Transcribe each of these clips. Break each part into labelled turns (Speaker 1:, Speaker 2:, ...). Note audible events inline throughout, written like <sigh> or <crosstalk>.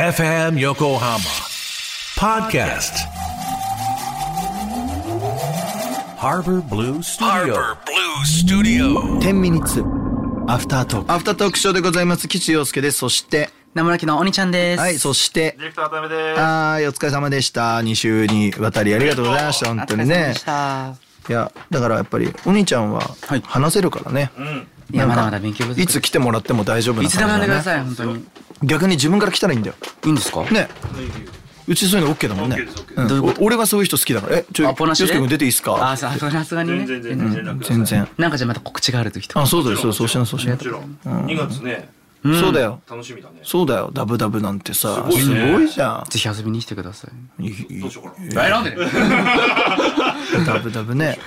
Speaker 1: FM Yokohama Podcast Harbor Blue Studio
Speaker 2: Harbor Blue Studio.
Speaker 3: 天ミニッツアフタートークアフタートークショーでございます岸洋介ですそして
Speaker 4: 名村木のおにちゃんです。
Speaker 3: はいそして
Speaker 5: ディレクター渡辺です。
Speaker 3: はいお疲れ様でした2週にわたりありがとうございました
Speaker 4: お
Speaker 3: 本当
Speaker 4: 疲れ
Speaker 3: に
Speaker 4: 様で
Speaker 3: ね
Speaker 4: した。
Speaker 3: いやだからやっぱりお兄ちゃんはい話せるからね、
Speaker 4: いや
Speaker 3: なんか
Speaker 4: まだまだ勉強不足
Speaker 3: いつ来てもらっても大丈夫
Speaker 4: い
Speaker 3: な
Speaker 4: つでも
Speaker 3: 感
Speaker 4: 呼
Speaker 3: じ
Speaker 4: んでく
Speaker 3: だ
Speaker 4: だ
Speaker 3: ね
Speaker 4: さい、本当に。
Speaker 3: 逆に自分から来たらいいんだよ
Speaker 4: いいんですか
Speaker 3: ねうちそういうの OK だもんね、うん
Speaker 4: どういうこと
Speaker 3: お俺がそういう人好きだからえちょ
Speaker 4: アポなし
Speaker 3: 洋
Speaker 4: で。
Speaker 3: 介君出ていいですか
Speaker 4: あ、ささすがにね。
Speaker 5: 全然全然連絡ください
Speaker 3: 全然
Speaker 4: なんかじゃあまた告知があるときとか。
Speaker 3: あそうだよそうそうしなそうしな
Speaker 5: もちろん。2月ね、
Speaker 3: そうだよ
Speaker 5: 楽しみだね。
Speaker 3: そうだよダブダブなんてさ
Speaker 5: すごいね
Speaker 3: すごいじゃ
Speaker 4: ぜひ遊びに来てください。
Speaker 3: んいい
Speaker 5: どうしようかな。
Speaker 4: え、なんで
Speaker 3: ダブダブね。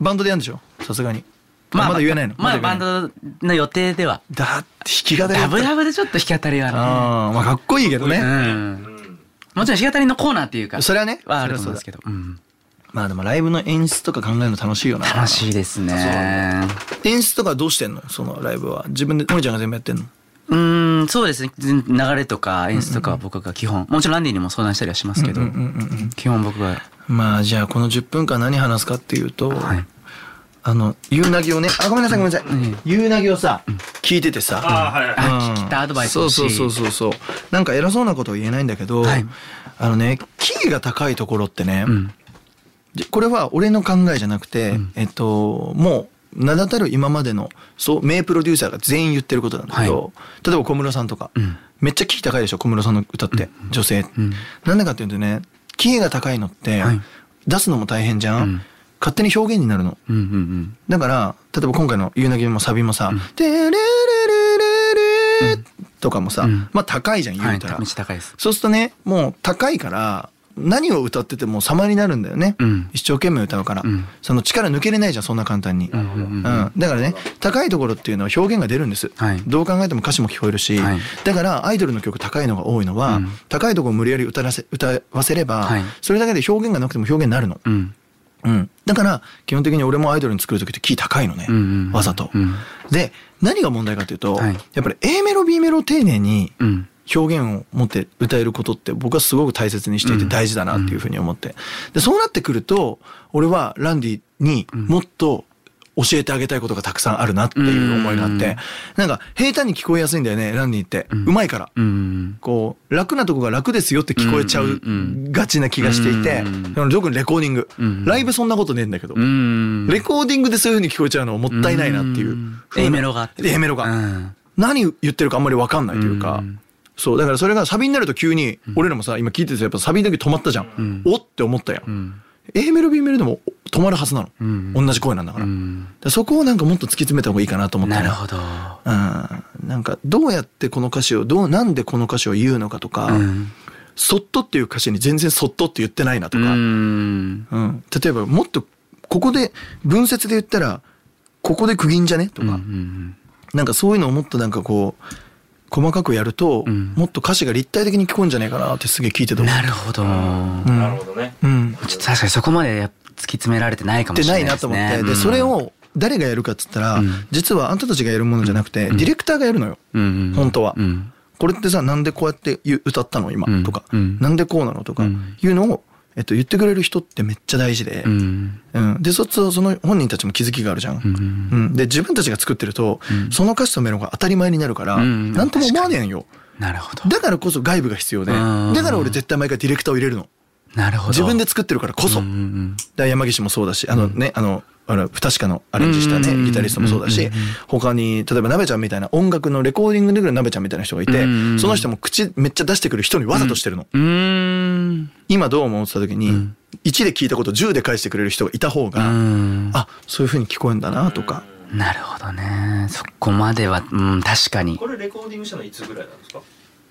Speaker 3: バンドでやるんでしょさすがに。 <laughs> まあ、まだ言えないの。
Speaker 4: まだバン
Speaker 3: 言えない
Speaker 4: ドの予定では。
Speaker 3: だって弾き語りだ
Speaker 4: ダ
Speaker 3: った
Speaker 4: ブダブでちょっと弾き当たりはね。
Speaker 3: ああ、まあかっこいいけど
Speaker 4: う
Speaker 3: ね。
Speaker 4: ん。もちろん弾き当たりのコーナーっていうか。
Speaker 3: それはね
Speaker 4: はあると思うんですけど。うん。
Speaker 3: まあでもライブの演出とか考えるの楽しいよな。
Speaker 4: 楽しいですね。
Speaker 3: 演出とかどうしてんのそのライブは。自分で、ともちゃんが全部やってんの
Speaker 4: うーん、そうですね。全流れとか演出とかは僕が基本、もちろんランディにも相談したりはしますけど、基本僕が。
Speaker 3: まあじゃあこの10分間何話すかっていうと、
Speaker 4: はい
Speaker 3: あの、夕うなぎをね、あ、ごめんなさいごめんなさい。夕うなぎをさ、聞いててさ、
Speaker 5: あーはいはい。
Speaker 4: あ聞きたアドバイス
Speaker 3: そう
Speaker 4: 欲しい
Speaker 3: そうそうそうそうなんか偉そうなことは言えないんだけど、
Speaker 4: はい
Speaker 3: あのねキーが高いところってね、
Speaker 4: ん
Speaker 3: でこれは俺の考えじゃなくて、えっともう名だたる今までのそう名プロデューサーが全員言ってることなんだけど、
Speaker 4: は
Speaker 3: 例えば小室さんとか、
Speaker 4: ん
Speaker 3: めっちゃキー高いでしょ小室さんの歌って、女性、
Speaker 4: ん
Speaker 3: なんでかっていうとねキーが高いのって、
Speaker 4: はい
Speaker 3: 出すのも大変じゃん、
Speaker 4: うん
Speaker 3: 勝手に表現になるの。
Speaker 4: うんうんうん。
Speaker 3: だから例えば今回の「夕凪もサビもさ「テレレレレレ」とかもさ、
Speaker 4: うん
Speaker 3: まあ高いじゃん言
Speaker 4: は
Speaker 3: う
Speaker 4: い、
Speaker 3: た
Speaker 4: め
Speaker 3: ら、
Speaker 4: っちゃ高いです。
Speaker 3: そうするとねもう高いから何を歌ってても様になるんだよね、
Speaker 4: うん
Speaker 3: 一生懸命歌うから、
Speaker 4: うん
Speaker 3: その力抜けれないじゃんそんな簡単に、
Speaker 4: うんうんうん
Speaker 3: うんだからね高いところっていうのは表現が出るんです、
Speaker 4: はい
Speaker 3: どう考えても歌詞も聞こえるし、
Speaker 4: はい
Speaker 3: だからアイドルの曲高いのが多いのは、
Speaker 4: うん
Speaker 3: 高いところを無理やり歌らせ歌わせれば、
Speaker 4: はい
Speaker 3: それだけで表現がなくても表現になるの、
Speaker 4: うん。
Speaker 3: うん、だから基本的に俺もアイドルに作る時ってキー高いのね、
Speaker 4: うんうんうん
Speaker 3: わざと。
Speaker 4: うん
Speaker 3: で何が問題かというと、
Speaker 4: はい
Speaker 3: やっぱり A メロ B メロを丁寧に
Speaker 4: うん。
Speaker 3: 表現を持って歌えることって僕はすごく大切にしていて大事だなっていうふうに思ってでそうなってくると俺はランディにもっと教えてあげたいことがたくさんあるなっていう思いがあってなんか平坦に聞こえやすいんだよねランディってうまいから。
Speaker 4: うん。
Speaker 3: こう楽なとこが楽ですよって聞こえちゃうがちな気がしていて
Speaker 4: うんうんうん
Speaker 3: その特にレコーディング
Speaker 4: ん
Speaker 3: ライブそんなことねえんだけど
Speaker 4: うん。
Speaker 3: レコーディングでそういう風に聞こえちゃうのはもったいないなっていう
Speaker 4: うん
Speaker 3: 風な
Speaker 4: A メロがあって
Speaker 3: A メロが、
Speaker 4: うん
Speaker 3: 何言ってるかあんまり分かんないというか、
Speaker 4: うん
Speaker 3: そうだからそれがサビになると急に俺らもさ今聞いててやっぱサビだけ止まったじゃん、おって思ったやん、
Speaker 4: ん
Speaker 3: A メロ B メロでも止まるはずなの、
Speaker 4: ん
Speaker 3: 同じ声なんだから,、
Speaker 4: うん。
Speaker 3: そこをなんかもっと突き詰めた方がいいかなと思って
Speaker 4: な
Speaker 3: ね
Speaker 4: るほど。
Speaker 3: うん、なんかどうやってこの歌詞をどうなんでこの歌詞を言うのかとか、
Speaker 4: うん。
Speaker 3: そっとっていう歌詞に全然そっとって言ってないなと
Speaker 4: う
Speaker 3: か、う
Speaker 4: ん。
Speaker 3: ん、例えばもっとここで文節で言ったらここで区切んじゃねと
Speaker 4: うん
Speaker 3: か、
Speaker 4: うん
Speaker 3: なんかそういうのをもっとなんかこう細かくやると、
Speaker 4: ん
Speaker 3: もっと歌詞が立体的に聞こえんじゃねえかなってすげえ聞いてた
Speaker 4: うん
Speaker 3: もん
Speaker 4: なるほど。
Speaker 3: うん
Speaker 5: なるほどね。
Speaker 3: うん、
Speaker 4: ちょっと確かにそこまでやっ突き詰められてないか
Speaker 3: っ
Speaker 4: も
Speaker 3: て
Speaker 4: しれ
Speaker 3: な
Speaker 4: ない
Speaker 3: い
Speaker 4: で
Speaker 3: な
Speaker 4: す
Speaker 3: と
Speaker 4: ね。
Speaker 3: 思ってでそれ
Speaker 4: うん、
Speaker 3: を誰がやるかっつったら、
Speaker 4: うん
Speaker 3: 実はあんたたちがやるものじゃなくて、ディレクターがやるのよ、
Speaker 4: うんうん
Speaker 3: 本当は
Speaker 4: うん
Speaker 3: これってさなんでこうやって言う歌ったの今、
Speaker 4: うん
Speaker 3: とか、
Speaker 4: うん
Speaker 3: なんでこうなのとか、
Speaker 4: うん
Speaker 3: いうのを、えっと、言ってくれる人ってめっちゃ大事で、
Speaker 4: うん。
Speaker 3: うん、でそそその本人たちも気づきがあるじゃん、
Speaker 4: うんうん
Speaker 3: うん、で自分たちが作ってると、その歌詞とメロが当たり前になるから、
Speaker 4: うん
Speaker 3: なんとも思わねえんよ
Speaker 4: なるほど。
Speaker 3: だからこそ外部が必要で
Speaker 4: うん
Speaker 3: だから俺絶対毎回ディレクターを入れるの
Speaker 4: なるほど。
Speaker 3: 自分で作ってるからこそ、
Speaker 4: うんうん
Speaker 3: だから山岸もそうだしあのね、あのあの不確かのアレンジしたね、
Speaker 4: うん
Speaker 3: ギタリストもそうだし、
Speaker 4: うん
Speaker 3: 他に例えば鍋ちゃんみたいな音楽のレコーディングでくる鍋ちゃんみたいな人がいて、
Speaker 4: うん
Speaker 3: その人も口めっちゃ出してくる人にわざとしてるの、
Speaker 4: うん。うーん。
Speaker 3: 今どう思ってた時に、
Speaker 4: うん
Speaker 3: 1で聞いたこと10で返してくれる人がいた方
Speaker 4: う
Speaker 3: が、
Speaker 4: ん。
Speaker 3: あそういう風に聞こえんだなとか、
Speaker 4: なるほどね。そこまでは、うん、確かに
Speaker 5: こ。れレコーディングしたのいつぐらいなんですか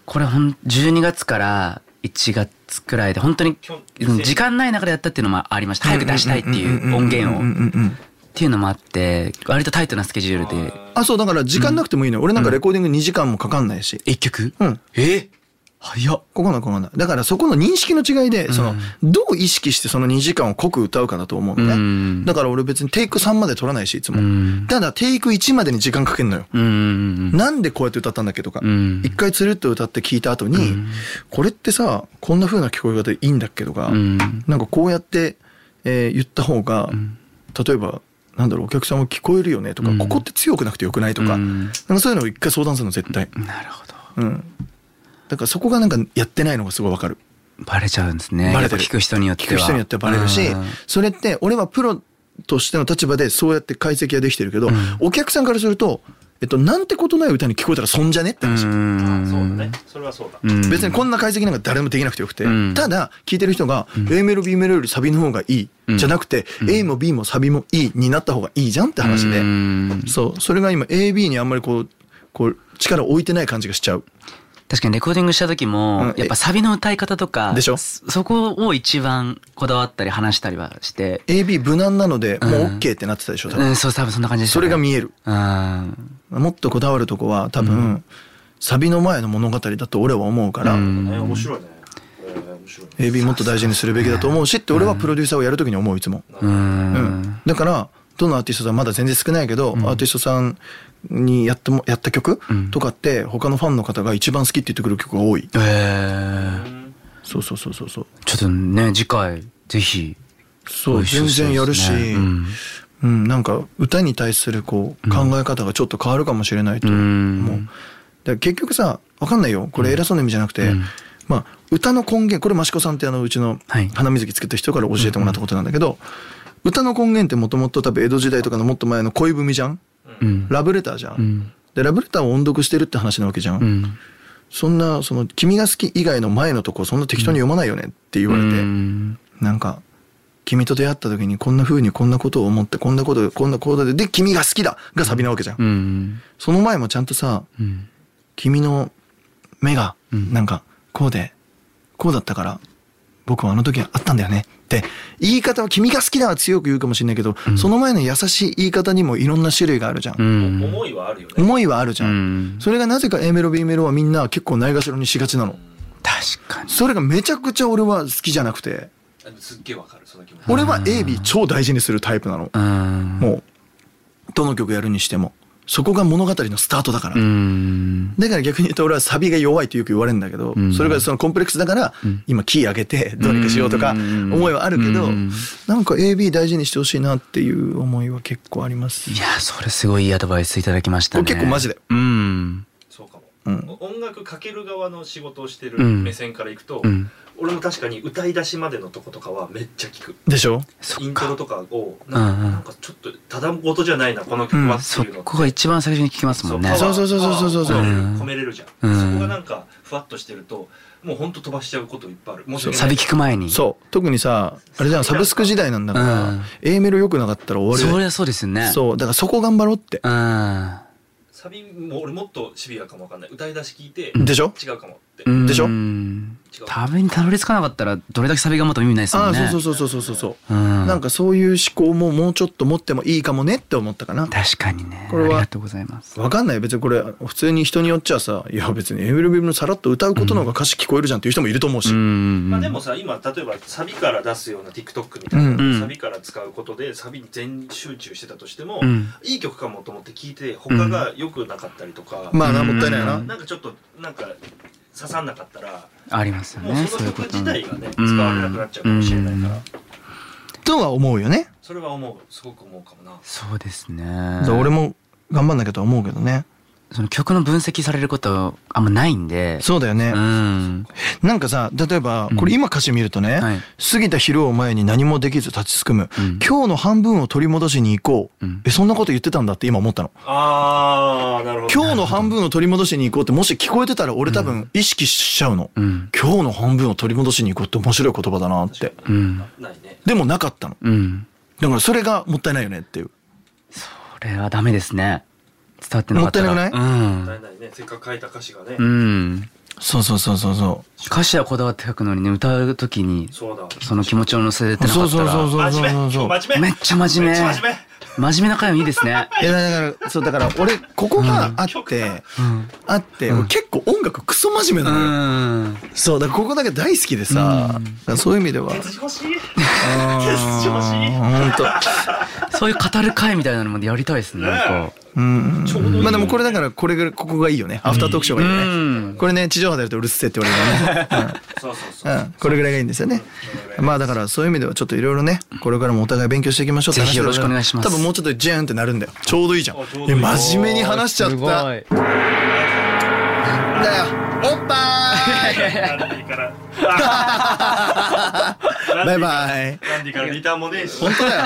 Speaker 4: これほん、12月から1月くらいで、本当に
Speaker 5: きょ、
Speaker 4: うん時間ない中でやったっていうのもありました。早く出したいっていう音源
Speaker 3: うんうん
Speaker 4: を。
Speaker 3: うんうん
Speaker 4: っていうのもあって、割とタイトなスケジュールで。
Speaker 3: あそうだから時間なくてもいいのよ俺なんかレコーディング2時間もかかんないし、
Speaker 4: 一曲
Speaker 3: うん
Speaker 4: え早っ。
Speaker 3: ここのここのだからそこの認識の違いでその、どう意識してその2時間を濃く歌うかだと思うのね、
Speaker 4: うん
Speaker 3: だから俺別にテイク3まで取らないしいつも、
Speaker 4: うん
Speaker 3: ただテイク1までに時間かけるのよ、
Speaker 4: うんうん
Speaker 3: なんでこうやって歌ったんだっけとか、
Speaker 4: うん
Speaker 3: 一回つるっと歌って聞いた後に、これってさこんな風な聞こえ方でいいんだっけとか、
Speaker 4: うん
Speaker 3: なんかこうやって、えー言った方が、例えばなんだろうお客さんも聞こえるよねとか、
Speaker 4: うん
Speaker 3: ここって強くなくてよくないとか,、
Speaker 4: うん
Speaker 3: なんかそういうのを一回相談するの絶対、
Speaker 4: うん。なるほど。
Speaker 3: うん、だからそこがなんかやってないのがすごいわかる。
Speaker 4: バレちゃうんですね。
Speaker 3: バ
Speaker 4: や
Speaker 3: レ
Speaker 4: ってぱ
Speaker 3: る
Speaker 4: 聞く人によっては。
Speaker 3: 聞く人によってはバレるし
Speaker 4: うん
Speaker 3: それって俺はプロとしての立場でそうやって解析ができてるけど、お客さんからすると、えっと、なんてことない歌に聞こえたら損じゃねって話、
Speaker 4: うん
Speaker 5: そうだね。それはそうだ。
Speaker 4: うん
Speaker 3: 別にこんな解析なんか誰もできなくてよくて、
Speaker 4: うん
Speaker 3: ただ聞いてる人が A メロ B メロよりサビの方がいい、じゃなくて A も B もサビも E になった方がいいじゃんって話で、
Speaker 4: うん
Speaker 3: そうそれが今 AB にあんまりこうこう力を置いてない感じがしちゃう
Speaker 4: 確かにレコーディングした時
Speaker 3: うん
Speaker 4: も、やっぱサビの歌い方とか、
Speaker 3: でしょ
Speaker 4: そそこを一番こだわったり話したりはして、
Speaker 3: AB 無難なのでもう
Speaker 4: うん
Speaker 3: OK ってなってたでしょ多
Speaker 4: う
Speaker 3: 分、
Speaker 4: ん、そう、多分そんな感じでした
Speaker 3: そ
Speaker 4: ね
Speaker 3: れが見える
Speaker 4: うん。
Speaker 3: もっとこだわるとこは多分、サビの前の物語だと俺は思うから、
Speaker 5: ね面白いね。えー面白いね。
Speaker 3: AB もっと大事にするべきだと思うしって俺はプロデューサーをやるときに思ういつも、
Speaker 4: うん。
Speaker 3: うん、だからどのアーティストさんまだ全然少ないけど、アーティストさんにやってもやった曲とかって他のファンの方が一番好きって言ってくる曲が多い、
Speaker 4: えー
Speaker 3: そうそうそうそうそう
Speaker 4: ちょっとね、次回、ぜひ。
Speaker 3: そう
Speaker 4: ご一緒
Speaker 3: 全然やるし、
Speaker 4: したいですねうん
Speaker 3: うんなんか歌に対するこう考え方がちょっと変わるかもしれないと思う、
Speaker 4: うん
Speaker 3: だから結局さ分かんないよこれ偉そうな意味じゃなくて、まあ、歌の根源これ益子さんってあのうちの
Speaker 4: はい
Speaker 3: 花水木作った人から教えてもらったことなんだけど、歌の根源ってもともと多分江戸時代とかのもっと前の恋文じゃん、
Speaker 4: うん。
Speaker 3: ラブレターじゃん、
Speaker 4: ん
Speaker 3: でラブレターを音読してるって話なわけじゃん、
Speaker 4: うん。
Speaker 3: そんなその「君が好き」以外の前のとこそんな適当に読まないよねって言われて、
Speaker 4: うん
Speaker 3: なんか「君と出会った時にこんな風にこんなことを思ってこんなことこんな行動でで君が好きだ」がサビなわけじゃん、
Speaker 4: うん。
Speaker 3: その前もちゃんとさ
Speaker 4: うん。
Speaker 3: 「君の目が
Speaker 4: ん
Speaker 3: なんかこうでこうだったから僕はあの時はあったんだよね」って言い方は「君が好きだ」は強く言うかもしれないけど、その前の優しい言い方にもいろんな種類があるじゃん、
Speaker 4: うん。
Speaker 5: 思いはあるよね。
Speaker 3: 思いはあるじゃん、
Speaker 4: うん
Speaker 3: それがなぜか A メロ B メロはみんな結構ないがしろにしがちなの
Speaker 4: 確かに。
Speaker 3: それがめちゃくちゃ俺は好きじゃなくて
Speaker 5: あのすっげえわかるその気持ち。
Speaker 3: 俺は AB 超大事にするタイプなの
Speaker 4: うん。
Speaker 3: もうどの曲やるにしてもそこが物語のスタートだから、
Speaker 4: うん。
Speaker 3: だから逆に言うと俺はサビが弱いってよく言われるんだけど、
Speaker 4: ん
Speaker 3: それがそのコンプレックスだから今キー上げてどうにかしようとか
Speaker 4: うん
Speaker 3: 思いはあるけど
Speaker 4: うん
Speaker 3: なんか AB 大事にしてほしいなっていう思いは結構あります
Speaker 4: いや、それすごいいいアドバイスいただきましたね。
Speaker 3: これ結構マジだよ。
Speaker 4: うん。
Speaker 5: そうかも、
Speaker 3: うん
Speaker 5: 音楽かける側の仕事をしてる
Speaker 4: うん
Speaker 5: 目線からいくと、
Speaker 4: うん
Speaker 5: 俺も確かに歌い出しまでのとことかはめっちゃ聞く
Speaker 3: でしょ
Speaker 4: そっ
Speaker 5: イントロ
Speaker 4: か。
Speaker 5: とかをなん
Speaker 4: う
Speaker 5: か,、
Speaker 4: んうん
Speaker 5: なんかちょっとただごとじゃないなこの曲はって
Speaker 4: そ
Speaker 5: いうのって、
Speaker 4: こが一番最初に聞きますもんね。
Speaker 3: そうそうそうそうそうそう
Speaker 5: パワー
Speaker 4: うん
Speaker 5: 込めれるじゃん、
Speaker 4: うん
Speaker 5: そこがなんかふわっとしてるともうほんと飛ばしちゃうこといっぱいある申し訳な
Speaker 4: サ
Speaker 5: い
Speaker 4: ビ聞く前に。
Speaker 3: そう特にさあれじゃんサブスク時代なんだから、
Speaker 4: うん
Speaker 3: A メロ良くなかったら終わる
Speaker 4: そ
Speaker 3: よ
Speaker 4: りゃそうですよね。
Speaker 3: そうだからそこ頑張ろうって
Speaker 4: う。ん。
Speaker 5: サビも俺もっとシビアかもわかんない歌い出し聞いて、
Speaker 3: でしょ
Speaker 5: 違うかもって、
Speaker 4: うん
Speaker 3: でしょ
Speaker 4: 食べにたどり着かなかったらどれだけサビがまた意味ないです
Speaker 3: あ
Speaker 4: もん
Speaker 3: あ
Speaker 4: ね。
Speaker 3: そうそうそうそうそうそう、
Speaker 4: うん
Speaker 3: なんかそういう思考ももうちょっと持ってもいいかもねって思ったかな
Speaker 4: 確かにね。
Speaker 3: これは
Speaker 4: ありがとうございます。
Speaker 3: わかんない別にこれ普通に人によっちゃさいや別にエブリビムのさらっと歌うことの方が歌詞聞こえるじゃんっていう人もいると思うし、
Speaker 4: うん。
Speaker 5: まあでもさ今例えばサビから出すような TikTok みたいな、
Speaker 4: うん
Speaker 5: サビから使うことでサビに全集中してたとしても、
Speaker 4: うん
Speaker 5: いい曲かもと思って聞いて他が良くなかったりとか、
Speaker 3: まあなもったいないよな、
Speaker 4: う
Speaker 5: なんかちょっとなんか刺さんなかったら
Speaker 4: ありますよ
Speaker 5: も
Speaker 4: ね。
Speaker 5: うそ
Speaker 4: そうい
Speaker 5: の
Speaker 4: うこ
Speaker 5: 曲
Speaker 4: と
Speaker 5: 自体がね、
Speaker 4: うん
Speaker 5: 使われなくなっちゃうかもしれないから、
Speaker 4: うん
Speaker 3: とは思うよね、
Speaker 5: それは思うすごく思うかもな
Speaker 4: そうですね。
Speaker 3: だから俺も頑張んなきゃとは思うけどね
Speaker 4: その曲の分析されることあんまないんで。
Speaker 3: そうだよね、
Speaker 4: うん。
Speaker 3: なんかさ例えばこれ今歌詞見るとね、
Speaker 4: はい
Speaker 3: 過ぎた昼を前に何もできず立ちすくむ、
Speaker 4: うん
Speaker 3: 今日の半分を取り戻しに行こう、
Speaker 4: うん
Speaker 3: えそんなこと言ってたんだって今思ったの
Speaker 5: あーなるほど
Speaker 3: 今日の半分を取り戻しに行こうってもし聞こえてたら俺多分意識しちゃうの、
Speaker 4: うん。
Speaker 3: 今日の半分を取り戻しに行こうって面白い言葉だなって
Speaker 4: うん。
Speaker 5: ないね
Speaker 3: でもなかったの
Speaker 4: うん。
Speaker 3: だからそれがもったいないよねっていう
Speaker 4: これはダメですね。伝わってなかったら。
Speaker 3: もったいなく
Speaker 5: な
Speaker 4: ない
Speaker 5: ないねせっかく書いた歌詞がね、
Speaker 4: うん。うん。
Speaker 3: そうそうそうそうそ
Speaker 4: 歌詞はこだわって書くのにね、歌うときに、
Speaker 5: そうだ
Speaker 4: その気持ちを乗せて
Speaker 3: う
Speaker 4: なか
Speaker 3: そう
Speaker 4: った
Speaker 3: そう
Speaker 4: ら
Speaker 3: そう。そう
Speaker 5: 真面
Speaker 3: そ
Speaker 5: 目
Speaker 3: うそう
Speaker 5: 今日真面目
Speaker 4: めっちゃ真面目
Speaker 5: めっちゃ真面
Speaker 4: 真面目な会もいいですね。
Speaker 3: いやだからそうだから俺ここがあって、あって、俺結構音楽クソ真面目
Speaker 4: う
Speaker 3: なのよ、
Speaker 4: ん。
Speaker 3: そうだからここだけ大好きでさ、だからそういう意味では
Speaker 5: 鉄欲しい
Speaker 3: 本
Speaker 4: そういう語る会みたいなのまでやりたいですね。なんか。
Speaker 3: 当うん
Speaker 5: ちょうどいい
Speaker 3: まあでもこれだからこれぐらいここがいいよねアフタートークショーがいいよね、
Speaker 4: うん。
Speaker 3: これね地上波でやるとうるせえって言われるからね、
Speaker 5: そうそうそう
Speaker 3: うんうん、これぐらいがいいんですよねまあだからそういう意味ではちょっといろいろねこれからもお互い勉強していきましょうって話
Speaker 4: ぜひよろしくお願いします
Speaker 3: 多分もうちょっとジェーンってなるんだよちょうどいいじゃん
Speaker 5: あちょうどいい
Speaker 3: いや真面目に話しちゃった
Speaker 4: すごい
Speaker 3: だよおっぱ
Speaker 5: ランディからあ
Speaker 3: ーいバイバイ
Speaker 5: ランディからリターンもねえし
Speaker 3: 本当だよ